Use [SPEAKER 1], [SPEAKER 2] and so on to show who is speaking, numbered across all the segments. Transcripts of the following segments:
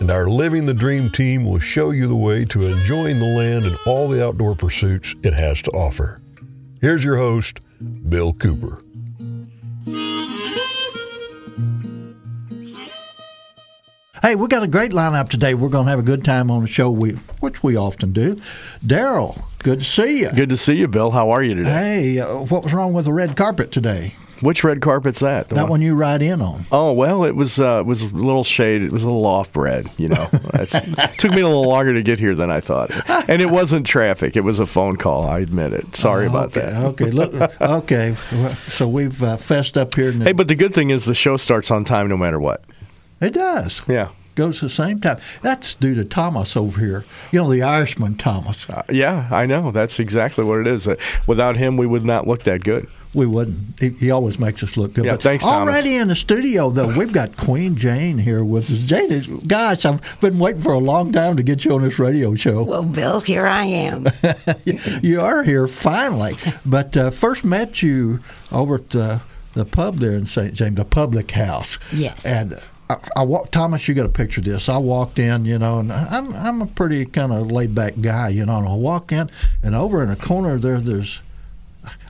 [SPEAKER 1] and our Living the Dream team will show you the way to enjoying the land and all the outdoor pursuits it has to offer. Here's your host, Bill Cooper.
[SPEAKER 2] Hey, we got a great lineup today. We're going to have a good time on the show, we, which we often do. Daryl, good to see you.
[SPEAKER 3] Good to see you, Bill. How are you today?
[SPEAKER 2] Hey, uh, what was wrong with the red carpet today?
[SPEAKER 3] Which red carpet's that? The
[SPEAKER 2] That one you ride in on.
[SPEAKER 3] Oh well, it was uh, it was a little shade. It was a little off red. You know, It's- it took me a little longer to get here than I thought, and it wasn't traffic. It was a phone call. I admit it. Sorry about
[SPEAKER 2] Oh, okay,
[SPEAKER 3] that.
[SPEAKER 2] okay, look, okay. Well, So we've uh, fessed up here. And
[SPEAKER 3] Hey, but the good thing is the show starts on time no matter what.
[SPEAKER 2] it does.
[SPEAKER 3] Yeah,
[SPEAKER 2] Goes the same time. That's due to Thomas over here. You know, the Irishman Thomas.
[SPEAKER 3] Uh, yeah, I know. That's exactly what it is. Uh, Without him, we would not look that good.
[SPEAKER 2] We wouldn't. He, he always makes us look good.
[SPEAKER 3] Yeah, thanks, Thomas.
[SPEAKER 2] Already in the studio, though, we've got Queen Jane here with us. Jane, is, gosh, I've been waiting for a long time to get you on this radio show.
[SPEAKER 4] Well, Bill, here I am.
[SPEAKER 2] you are here finally. But uh, first met you over at the, the pub there in St. James, the public house.
[SPEAKER 4] Yes.
[SPEAKER 2] And uh, I, I walked, Thomas, you got a picture of this. I walked in, you know, and I'm, I'm a pretty kind of laid back guy, you know, and I walk in, and over in a corner there, there's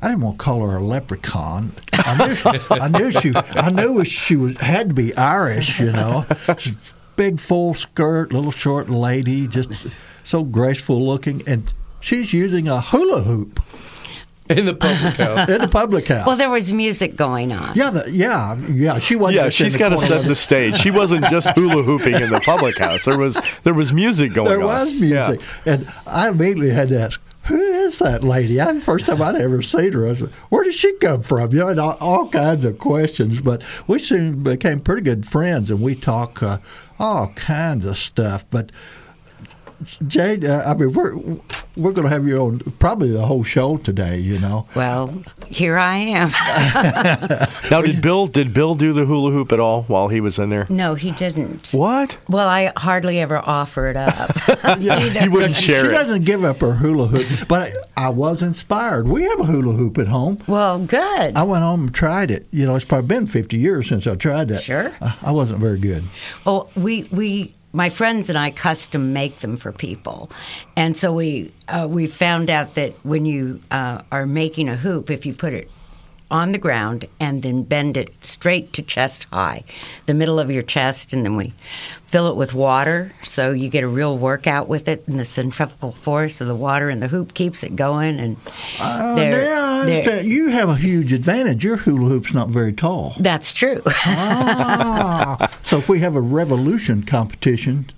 [SPEAKER 2] I didn't want to call her a leprechaun. I knew, she- I knew she, I knew she was had to be Irish, you know. She's Big full skirt, little short lady, just so graceful looking, and she's using a hula hoop
[SPEAKER 5] in the public house.
[SPEAKER 2] in the public house.
[SPEAKER 4] Well, there was music going on.
[SPEAKER 2] yeah, the, yeah, yeah. She wasn't.
[SPEAKER 3] Yeah,
[SPEAKER 2] just in
[SPEAKER 3] she's
[SPEAKER 2] the
[SPEAKER 3] got to
[SPEAKER 2] corner.
[SPEAKER 3] set the stage. She wasn't just hula hooping in the public house. There was there was music going
[SPEAKER 2] There
[SPEAKER 3] on.
[SPEAKER 2] was
[SPEAKER 3] Oh Yeah.
[SPEAKER 2] music, and I immediately had to ask. Who is that lady? I, first time I'd ever seen her. I said, "Where did she come from?" You know, and all, all kinds of questions. But we soon became pretty good friends, and we talk uh, all kinds of stuff. But Jade, uh, I mean, we're we're going to have you on probably the whole show today. You know,
[SPEAKER 4] Well, here I am.
[SPEAKER 3] Now, did Bill did Bill do the hula hoop at all while he was in there?
[SPEAKER 4] No, he didn't.
[SPEAKER 3] What?
[SPEAKER 4] Well, I hardly ever offer it up.
[SPEAKER 3] He wouldn't
[SPEAKER 2] she
[SPEAKER 3] share it.
[SPEAKER 2] doesn't give up her hula hoop. But I, I was inspired. We have a hula hoop at home.
[SPEAKER 4] well, good.
[SPEAKER 2] I went home and tried it. You know, it's probably been 50 years since I tried that.
[SPEAKER 4] Sure.
[SPEAKER 2] I, I wasn't very good.
[SPEAKER 4] Oh, we we my friends and I custom make them for people, and so we uh, we found out that when you uh, are making a hoop, if you put it on the ground and then bend it straight to chest high, the middle of your chest, and then we fill it with water, so you get a real workout with it, and the centrifugal force of the water and the hoop keeps it going, and
[SPEAKER 2] Uh,
[SPEAKER 4] they're-
[SPEAKER 2] yeah, I
[SPEAKER 4] they're-
[SPEAKER 2] understand. You have a huge advantage. Your hula hoop's not very tall.
[SPEAKER 4] that's true.
[SPEAKER 2] ah, so if we have a revolution competition,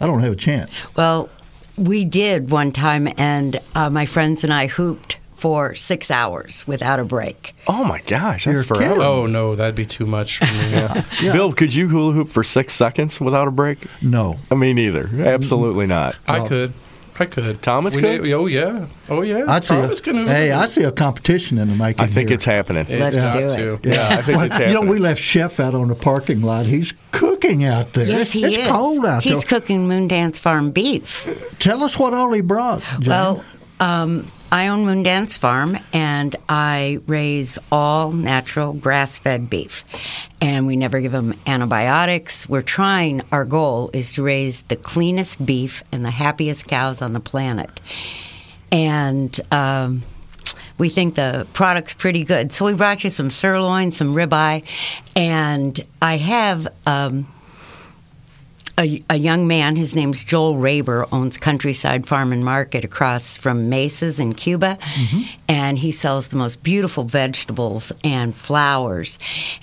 [SPEAKER 2] I don't have a chance.
[SPEAKER 4] Well, we did one time, and uh, my friends and I hooped for six hours without a break.
[SPEAKER 3] Oh my gosh, that's
[SPEAKER 2] You're
[SPEAKER 3] forever.
[SPEAKER 2] kidding.
[SPEAKER 5] oh no, that'd be too much for me.
[SPEAKER 3] Bill, could you hula hoop for six seconds without a break?
[SPEAKER 2] No.
[SPEAKER 3] I mean, either. Absolutely not.
[SPEAKER 5] I could, I could.
[SPEAKER 3] Thomas
[SPEAKER 5] We
[SPEAKER 3] could?
[SPEAKER 5] need- oh yeah, oh yeah.
[SPEAKER 2] I see
[SPEAKER 5] Thomas
[SPEAKER 2] a,
[SPEAKER 5] can. hoop.
[SPEAKER 2] hey, I see a competition in the making.
[SPEAKER 3] I think
[SPEAKER 2] here.
[SPEAKER 3] it's happening.
[SPEAKER 5] It's
[SPEAKER 4] Let's
[SPEAKER 5] not
[SPEAKER 4] do it.
[SPEAKER 5] to.
[SPEAKER 3] yeah, I think it's
[SPEAKER 2] You know,
[SPEAKER 3] happening.
[SPEAKER 2] we left Chef out on the parking lot. He's cooking out there.
[SPEAKER 4] Yes, he
[SPEAKER 2] it's
[SPEAKER 4] is.
[SPEAKER 2] cold out
[SPEAKER 4] He's
[SPEAKER 2] there.
[SPEAKER 4] cooking Moondance Farm beef.
[SPEAKER 2] Tell us what all he brought. Jane.
[SPEAKER 4] Well, um, I own Moondance Farm, and I raise all natural grass-fed beef, and we never give them antibiotics. We're trying. Our goal is to raise the cleanest beef and the happiest cows on the planet, and. Um, we think the product's pretty good. So, we brought you some sirloin, some ribeye, and I have um, a, a young man, his name's Joel Raber, owns Countryside Farm and Market across from Mesa's in
[SPEAKER 3] Mm-hmm.
[SPEAKER 4] Cuba, and he sells the most beautiful vegetables and flowers.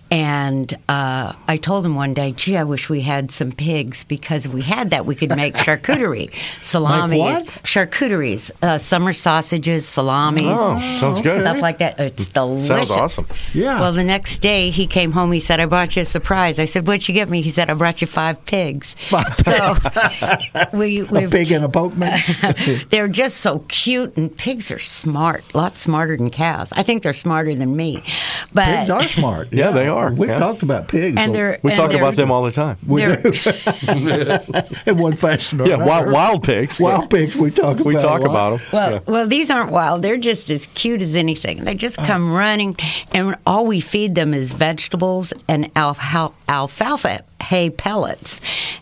[SPEAKER 4] And uh, I told him one day, gee, I wish we had some pigs because if we had that, we could make charcuterie, salami,
[SPEAKER 2] what?
[SPEAKER 4] charcuteries, uh, summer sausages, salamis,
[SPEAKER 3] Oh, sounds good.
[SPEAKER 4] stuff like that. It's delicious.
[SPEAKER 3] awesome.
[SPEAKER 2] Yeah.
[SPEAKER 4] Well, the next day he came home. He said, "I brought you a surprise." I said, "What'd you get me?" He said, "I brought you five pigs." so we,
[SPEAKER 2] a
[SPEAKER 4] we've
[SPEAKER 2] pig in a boatman.
[SPEAKER 4] they're just so cute, and pigs are smart, a lot smarter than cows. I think they're smarter than me, but
[SPEAKER 2] Pigs are smart.
[SPEAKER 3] Yeah, they are,
[SPEAKER 2] We've
[SPEAKER 3] yeah.
[SPEAKER 2] talked about pigs.
[SPEAKER 4] and they're
[SPEAKER 3] We
[SPEAKER 4] and
[SPEAKER 3] talk
[SPEAKER 4] they're-
[SPEAKER 3] about them all the time.
[SPEAKER 4] they're-
[SPEAKER 2] in one fashion or
[SPEAKER 3] Yeah,
[SPEAKER 2] another.
[SPEAKER 3] wild, wild pigs.
[SPEAKER 2] Wild pigs. We talk about.
[SPEAKER 3] We
[SPEAKER 2] a
[SPEAKER 3] talk
[SPEAKER 2] lot.
[SPEAKER 3] about them.
[SPEAKER 4] Well, well, these aren't wild. They're just as cute as anything. They
[SPEAKER 2] Oh.
[SPEAKER 4] just come running, and all we feed them is vegetables and alfalfa, alfalfa hay pellets,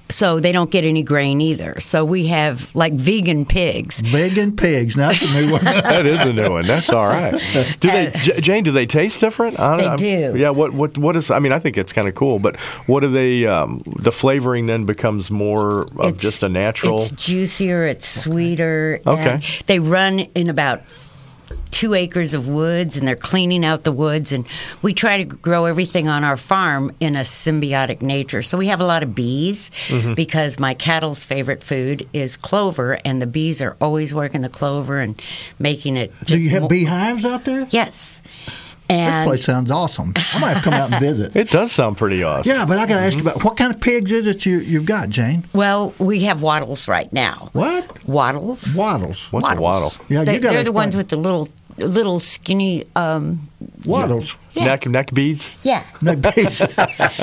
[SPEAKER 4] so they don't get any grain either. So we have like vegan pigs.
[SPEAKER 2] Vegan pigs. Now that's a new one.
[SPEAKER 3] that is a new one. That's all right. Do they, J- Jane? Do they taste different? I
[SPEAKER 4] Uh, They
[SPEAKER 3] I'm-
[SPEAKER 4] do.
[SPEAKER 3] Yeah. What? What? What is? I mean, I think it's kind of cool. But what do they? Um, the flavoring then becomes more of
[SPEAKER 4] It's-
[SPEAKER 3] just a natural.
[SPEAKER 4] It's juicier. It's sweeter. and
[SPEAKER 3] Okay.
[SPEAKER 4] they run in about. Two acres of woods, and they're cleaning out the woods. And we try to grow everything on our farm in a symbiotic nature. So we have a lot of bees
[SPEAKER 3] Mm-hmm.
[SPEAKER 4] because my cattle's favorite food is clover, and the bees are always working the clover and making it. Just
[SPEAKER 2] Do you have
[SPEAKER 4] more-
[SPEAKER 2] beehives out there?
[SPEAKER 4] Yes,
[SPEAKER 2] This
[SPEAKER 4] and
[SPEAKER 2] place sounds awesome. I might have to come out and visit.
[SPEAKER 3] It Mm-hmm. does sound pretty awesome.
[SPEAKER 2] Yeah, but I got to ask you about what kind of pigs is it you, you've got, Jane?
[SPEAKER 4] well, we have wattles right now.
[SPEAKER 2] What?
[SPEAKER 4] Wattles.
[SPEAKER 2] Waddles.
[SPEAKER 3] What's a waddle?
[SPEAKER 2] Yeah, you
[SPEAKER 4] they,
[SPEAKER 2] gotta
[SPEAKER 4] they're the ones
[SPEAKER 2] explain.
[SPEAKER 4] with the little, little skinny. Um,
[SPEAKER 2] Waddles.
[SPEAKER 4] Yeah.
[SPEAKER 3] Neck neck beads,
[SPEAKER 4] yeah.
[SPEAKER 2] Like pigs.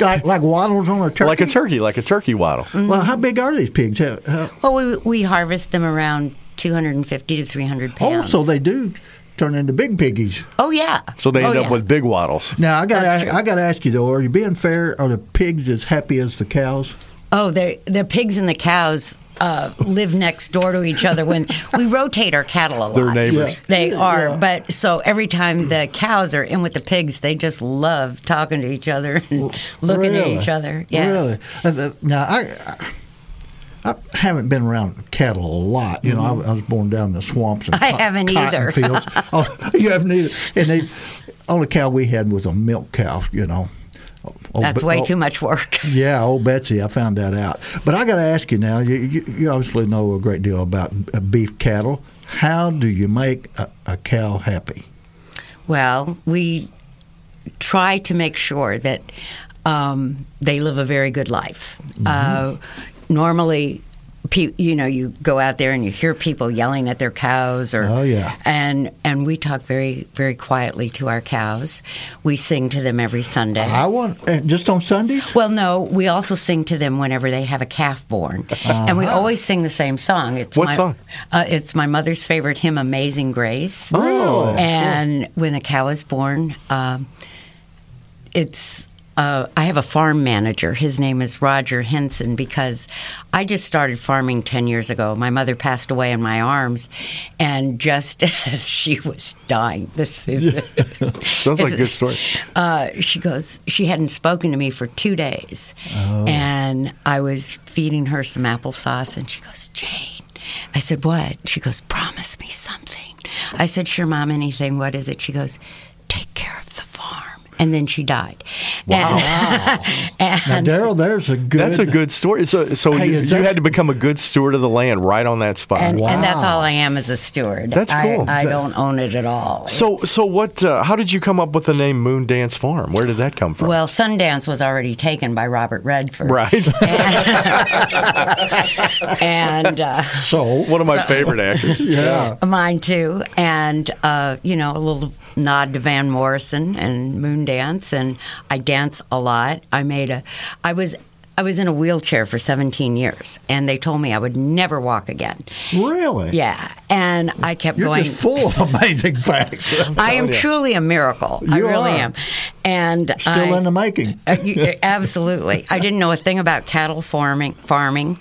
[SPEAKER 2] like, like waddles on a turkey.
[SPEAKER 3] like a turkey, like a turkey waddle.
[SPEAKER 2] Well, how big are these pigs? How- how-
[SPEAKER 4] Well, we we harvest them around 250 to 300
[SPEAKER 2] oh,
[SPEAKER 4] pounds.
[SPEAKER 2] so they do turn into big piggies.
[SPEAKER 4] Oh yeah.
[SPEAKER 3] So they
[SPEAKER 4] Oh,
[SPEAKER 3] end
[SPEAKER 4] yeah.
[SPEAKER 3] up with big waddles.
[SPEAKER 2] Now I got
[SPEAKER 4] That's true.
[SPEAKER 2] I got to ask you though: Are you being fair? Are the pigs as happy as the cows?
[SPEAKER 4] Oh, they the pigs and the cows uh, live next door to each other when we rotate our cattle a lot.
[SPEAKER 3] They're neighbors.
[SPEAKER 4] They are,
[SPEAKER 2] Yeah.
[SPEAKER 4] but so every time the cows are in with the pigs, they just love talking to each other and looking
[SPEAKER 2] Really?
[SPEAKER 4] at each other. Yes.
[SPEAKER 2] Really? And the- Now I. I haven't been around cattle a lot. You know, I, I was born down in the swamps and
[SPEAKER 4] Mm-hmm. I
[SPEAKER 2] co-
[SPEAKER 4] haven't
[SPEAKER 2] cotton
[SPEAKER 4] either.
[SPEAKER 2] fields. Oh, you haven't either. And the only cow we had was a milk cow. You know, Old
[SPEAKER 3] Oh,
[SPEAKER 4] That's
[SPEAKER 2] Be-
[SPEAKER 4] way
[SPEAKER 2] old-
[SPEAKER 4] too much work.
[SPEAKER 2] Yeah, old Betsy, I found that out. But I got to ask you now. You, you, you obviously know a great deal about uh, beef cattle. How do you make a, a cow happy?
[SPEAKER 4] Well, we try to make sure that um, they live a very good life.
[SPEAKER 2] Mm-hmm.
[SPEAKER 4] Uh, normally, pe- you know, you go out there and you hear people yelling at their cows, or
[SPEAKER 2] Oh, yeah.
[SPEAKER 4] and and we talk very very quietly to our cows. We sing to them every Sunday.
[SPEAKER 2] I want and Uh, just on Sundays.
[SPEAKER 4] well, no, we also sing to them whenever they have a calf born, and we always sing the same song. It's
[SPEAKER 3] Uh-huh. What
[SPEAKER 4] my,
[SPEAKER 3] song?
[SPEAKER 4] Uh, it's my mother's favorite hymn, "Amazing Grace."
[SPEAKER 3] Oh,
[SPEAKER 4] and when the cow is born, um, it's. Uh, I have a farm manager. His name is Roger Henson because I just started farming 10 years ago. My mother passed away in my arms, and just as she was dying, this is
[SPEAKER 3] sounds like a
[SPEAKER 4] Is-
[SPEAKER 3] good story.
[SPEAKER 4] uh, she goes, she hadn't spoken to me for two days. And I was feeding her some applesauce, and she goes, Jane. I said, What? She goes, Promise me something. I said, Sure, Mom, anything. What is it? She goes, Take care of the farm. And then she died. Wow. And,
[SPEAKER 2] Now, Daryl, there's a good.
[SPEAKER 3] That's a good story. So, so
[SPEAKER 2] Hey,
[SPEAKER 3] you,
[SPEAKER 2] is
[SPEAKER 3] you
[SPEAKER 2] that-
[SPEAKER 3] had to become a good steward of the land right on that spot.
[SPEAKER 4] and, and that's
[SPEAKER 2] Wow.
[SPEAKER 4] all I am as a steward.
[SPEAKER 3] That's
[SPEAKER 4] I-
[SPEAKER 3] cool.
[SPEAKER 4] I,
[SPEAKER 2] That-
[SPEAKER 4] don't own it at all.
[SPEAKER 3] So, so what? Uh, how did you come up with the name Moon Dance Farm? Where did that come from?
[SPEAKER 4] well, Sundance was already taken by Robert Redford.
[SPEAKER 3] right,
[SPEAKER 4] And. Uh,
[SPEAKER 2] So
[SPEAKER 3] one of my favorite actors.
[SPEAKER 2] yeah.
[SPEAKER 4] Mine too, and uh, you know a little nod to Van Morrison and Moon Dance, and I dance a lot. I made a, I was, I was in a wheelchair for 17 years, and they told me I would never walk again.
[SPEAKER 2] Really?
[SPEAKER 4] Yeah, and I kept
[SPEAKER 2] You're
[SPEAKER 4] going.
[SPEAKER 2] just full of amazing facts. Still
[SPEAKER 4] I am truly a miracle. I
[SPEAKER 2] You
[SPEAKER 4] really
[SPEAKER 2] are.
[SPEAKER 4] am, and I,
[SPEAKER 2] in the making.
[SPEAKER 4] uh, you- uh, absolutely. I didn't know a thing about cattle farming, farming,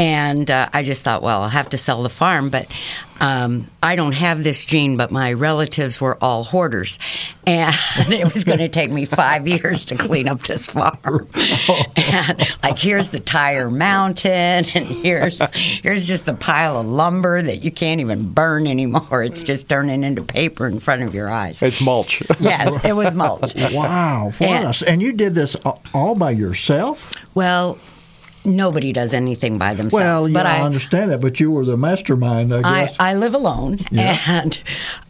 [SPEAKER 4] And uh, I just thought, well, I'll have to sell the farm. But um, I don't have this gene, but my relatives were all hoarders. And it was going to take me five years to clean up this farm. And, like, here's the tire mounted, and here's, here's just a pile of lumber that you can't even burn anymore. It's just turning into paper in front of your eyes.
[SPEAKER 3] It's mulch.
[SPEAKER 4] Yes, it was mulch.
[SPEAKER 2] Wow, what
[SPEAKER 4] And-
[SPEAKER 2] us. And you did this a- all by yourself?
[SPEAKER 4] Well, nobody does anything by themselves.
[SPEAKER 2] Well, yeah,
[SPEAKER 4] but
[SPEAKER 2] I,
[SPEAKER 4] I,
[SPEAKER 2] understand that, but you were the mastermind, I
[SPEAKER 4] I,
[SPEAKER 2] guess.
[SPEAKER 4] I live alone, and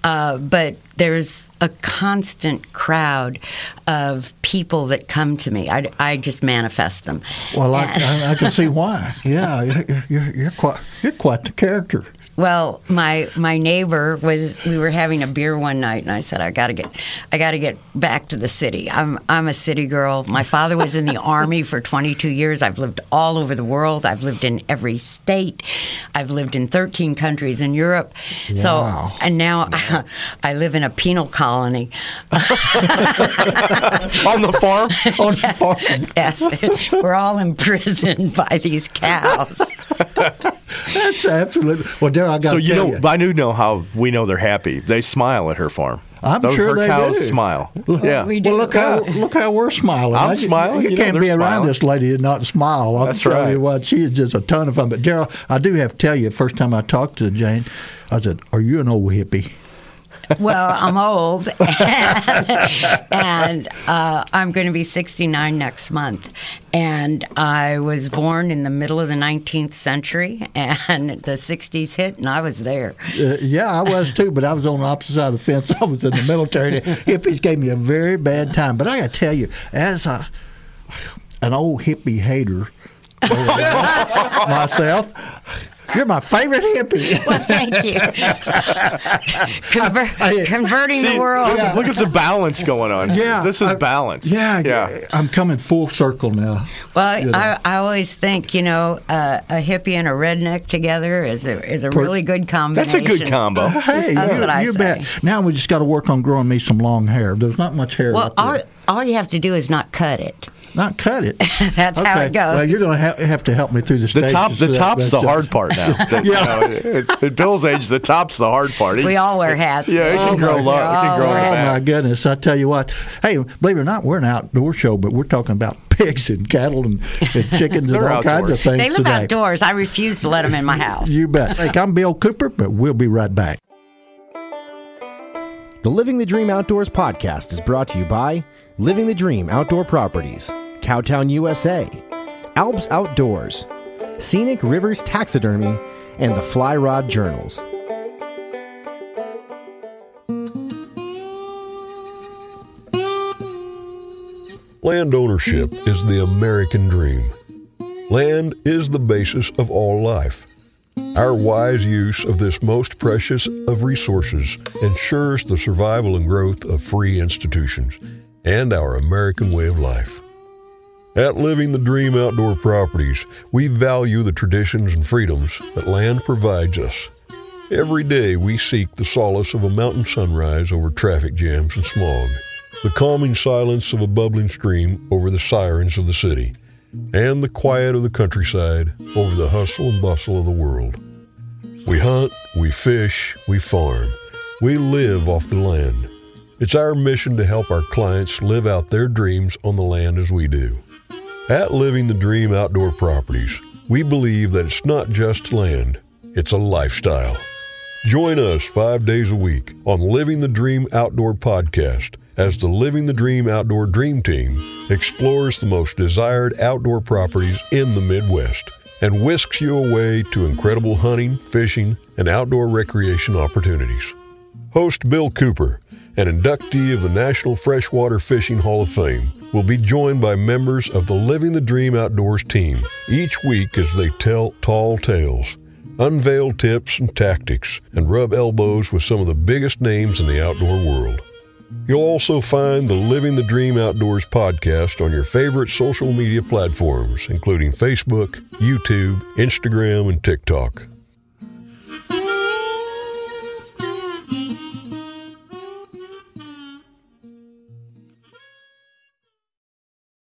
[SPEAKER 4] uh, but there's a constant crowd of people that come to me. I, I just manifest them.
[SPEAKER 2] well, I,
[SPEAKER 4] And-
[SPEAKER 2] I, I can see why. Yeah, you're, you're, you're quite you're quite the character.
[SPEAKER 4] Well, my my neighbor was. We were having a beer one night, and I said, "I got to get, I got to get back to the city. I'm I'm a city girl. My father was in the army for 22 years. I've lived all over the world. I've lived in every state. I've lived in 13 countries in Europe.
[SPEAKER 2] Wow.
[SPEAKER 4] So and now I live in a penal colony.
[SPEAKER 3] On the farm?
[SPEAKER 4] Oh,
[SPEAKER 2] On the farm.
[SPEAKER 4] Yes, we're all imprisoned by these cows.
[SPEAKER 2] That's absolutely. Well, Darryl, I got
[SPEAKER 3] So
[SPEAKER 2] to
[SPEAKER 3] you
[SPEAKER 2] tell
[SPEAKER 3] know, I do know how we know they're happy. They smile at her farm.
[SPEAKER 2] I'm
[SPEAKER 3] Those-
[SPEAKER 2] sure
[SPEAKER 3] her
[SPEAKER 2] they
[SPEAKER 3] cows
[SPEAKER 2] do.
[SPEAKER 3] smile.
[SPEAKER 2] Look-
[SPEAKER 3] yeah,
[SPEAKER 4] We do.
[SPEAKER 2] Well, look how look how we're smiling.
[SPEAKER 3] I'm
[SPEAKER 2] I ju-
[SPEAKER 3] smiling,
[SPEAKER 2] You,
[SPEAKER 3] you know,
[SPEAKER 2] can't
[SPEAKER 3] they're
[SPEAKER 2] be around
[SPEAKER 3] smiling.
[SPEAKER 2] this lady and not smile. I'm
[SPEAKER 3] That's
[SPEAKER 2] telling
[SPEAKER 3] right.
[SPEAKER 2] you what, she is just a ton of fun. But Daryl, I do have to tell you, the first time I talked to Jane, I said, "Are you an old hippie?"
[SPEAKER 4] Well, I'm old, and, uh, I'm going to be 69 next month. And I was born in the middle of the 19th century, and the 60s hit, and I was there.
[SPEAKER 2] Uh, yeah, I was too, but I was on the opposite side of the fence. I was in the military. The hippies gave me a very bad time. But I got to tell you, as a, an old hippie hater myself, you're my favorite hippie.
[SPEAKER 4] Well, thank you. Conver-
[SPEAKER 2] I-
[SPEAKER 4] converting
[SPEAKER 3] See,
[SPEAKER 4] the world.
[SPEAKER 3] Look, look at the balance going on. here.
[SPEAKER 2] Yeah,
[SPEAKER 3] this is
[SPEAKER 2] I-
[SPEAKER 3] balance.
[SPEAKER 2] Yeah,
[SPEAKER 3] yeah.
[SPEAKER 2] I'm coming full circle now.
[SPEAKER 4] Well,
[SPEAKER 2] you know.
[SPEAKER 4] I, I always think, you know, uh, a hippie and a redneck together is a, is a
[SPEAKER 2] Per-
[SPEAKER 4] really good
[SPEAKER 3] That's
[SPEAKER 4] combination.
[SPEAKER 3] a good combo.
[SPEAKER 2] Hey,
[SPEAKER 4] That's
[SPEAKER 2] you,
[SPEAKER 4] what I
[SPEAKER 2] you
[SPEAKER 4] say.
[SPEAKER 2] bet. Now we just got to work on growing me some long hair. There's not much hair.
[SPEAKER 4] Well,
[SPEAKER 2] up there.
[SPEAKER 4] all, all you have to do is not cut it.
[SPEAKER 2] not cut it.
[SPEAKER 4] That's how it goes.
[SPEAKER 2] Well, you're going to ha- have to help me through the
[SPEAKER 3] The top,
[SPEAKER 2] stages
[SPEAKER 3] the
[SPEAKER 2] that-
[SPEAKER 3] top's
[SPEAKER 2] that-
[SPEAKER 3] the hard part now. The- you know, it- at Bill's age, the top's the hard part. He-
[SPEAKER 4] We all wear hats.
[SPEAKER 3] Yeah,
[SPEAKER 4] We
[SPEAKER 3] it
[SPEAKER 4] all
[SPEAKER 3] can grow
[SPEAKER 4] wear-
[SPEAKER 3] low. It
[SPEAKER 4] we're
[SPEAKER 3] can
[SPEAKER 4] all
[SPEAKER 3] grow
[SPEAKER 4] wear
[SPEAKER 2] Oh
[SPEAKER 3] back.
[SPEAKER 2] my goodness! I tell you what. Hey, believe it or not, we're an outdoor show, but we're talking about pigs and cattle and, and chickens and all
[SPEAKER 3] They're
[SPEAKER 2] kinds of
[SPEAKER 3] outdoors.
[SPEAKER 2] things
[SPEAKER 4] They live
[SPEAKER 2] today.
[SPEAKER 4] outdoors. I refuse to let them in my house.
[SPEAKER 2] You bet. Hey, I'm Bill Cooper, but we'll be right back.
[SPEAKER 6] The Living the Dream Outdoors podcast is brought to you by Living the Dream Outdoor Properties, Cowtown USA, Alps Outdoors, Scenic Rivers Taxidermy, and the Fly Rod Journals.
[SPEAKER 1] Land ownership is the American dream. Land is the basis of all life. Our wise use of this most precious of resources ensures the survival and growth of free institutions and our American way of life. At Living the Dream Outdoor Properties, we value the traditions and freedoms that land provides us. Every day we seek the solace of a mountain sunrise over traffic jams and smog, the calming silence of a bubbling stream over the sirens of the city, and the quiet of the countryside over the hustle and bustle of the world. We hunt, we fish, we farm, we live off the land. It's our mission to help our clients live out their dreams on the land as we do. At Living the Dream Outdoor Properties, we believe that it's not just land, it's a lifestyle. Join us five days a week on Living the Dream Outdoor Podcast as the Living the Dream Outdoor Dream Team explores the most desired outdoor properties in the Midwest and whisks you away to incredible hunting, fishing, and outdoor recreation opportunities. Host Bill Cooper, an inductee of the National Freshwater Fishing Hall of Fame, will be joined by members of the Living the Dream Outdoors team each week as they tell tall tales, unveil tips and tactics, and rub elbows with some of the biggest names in the outdoor world. You'll also find the Living the Dream Outdoors podcast on your favorite social media platforms, including Facebook, YouTube, Instagram, and TikTok.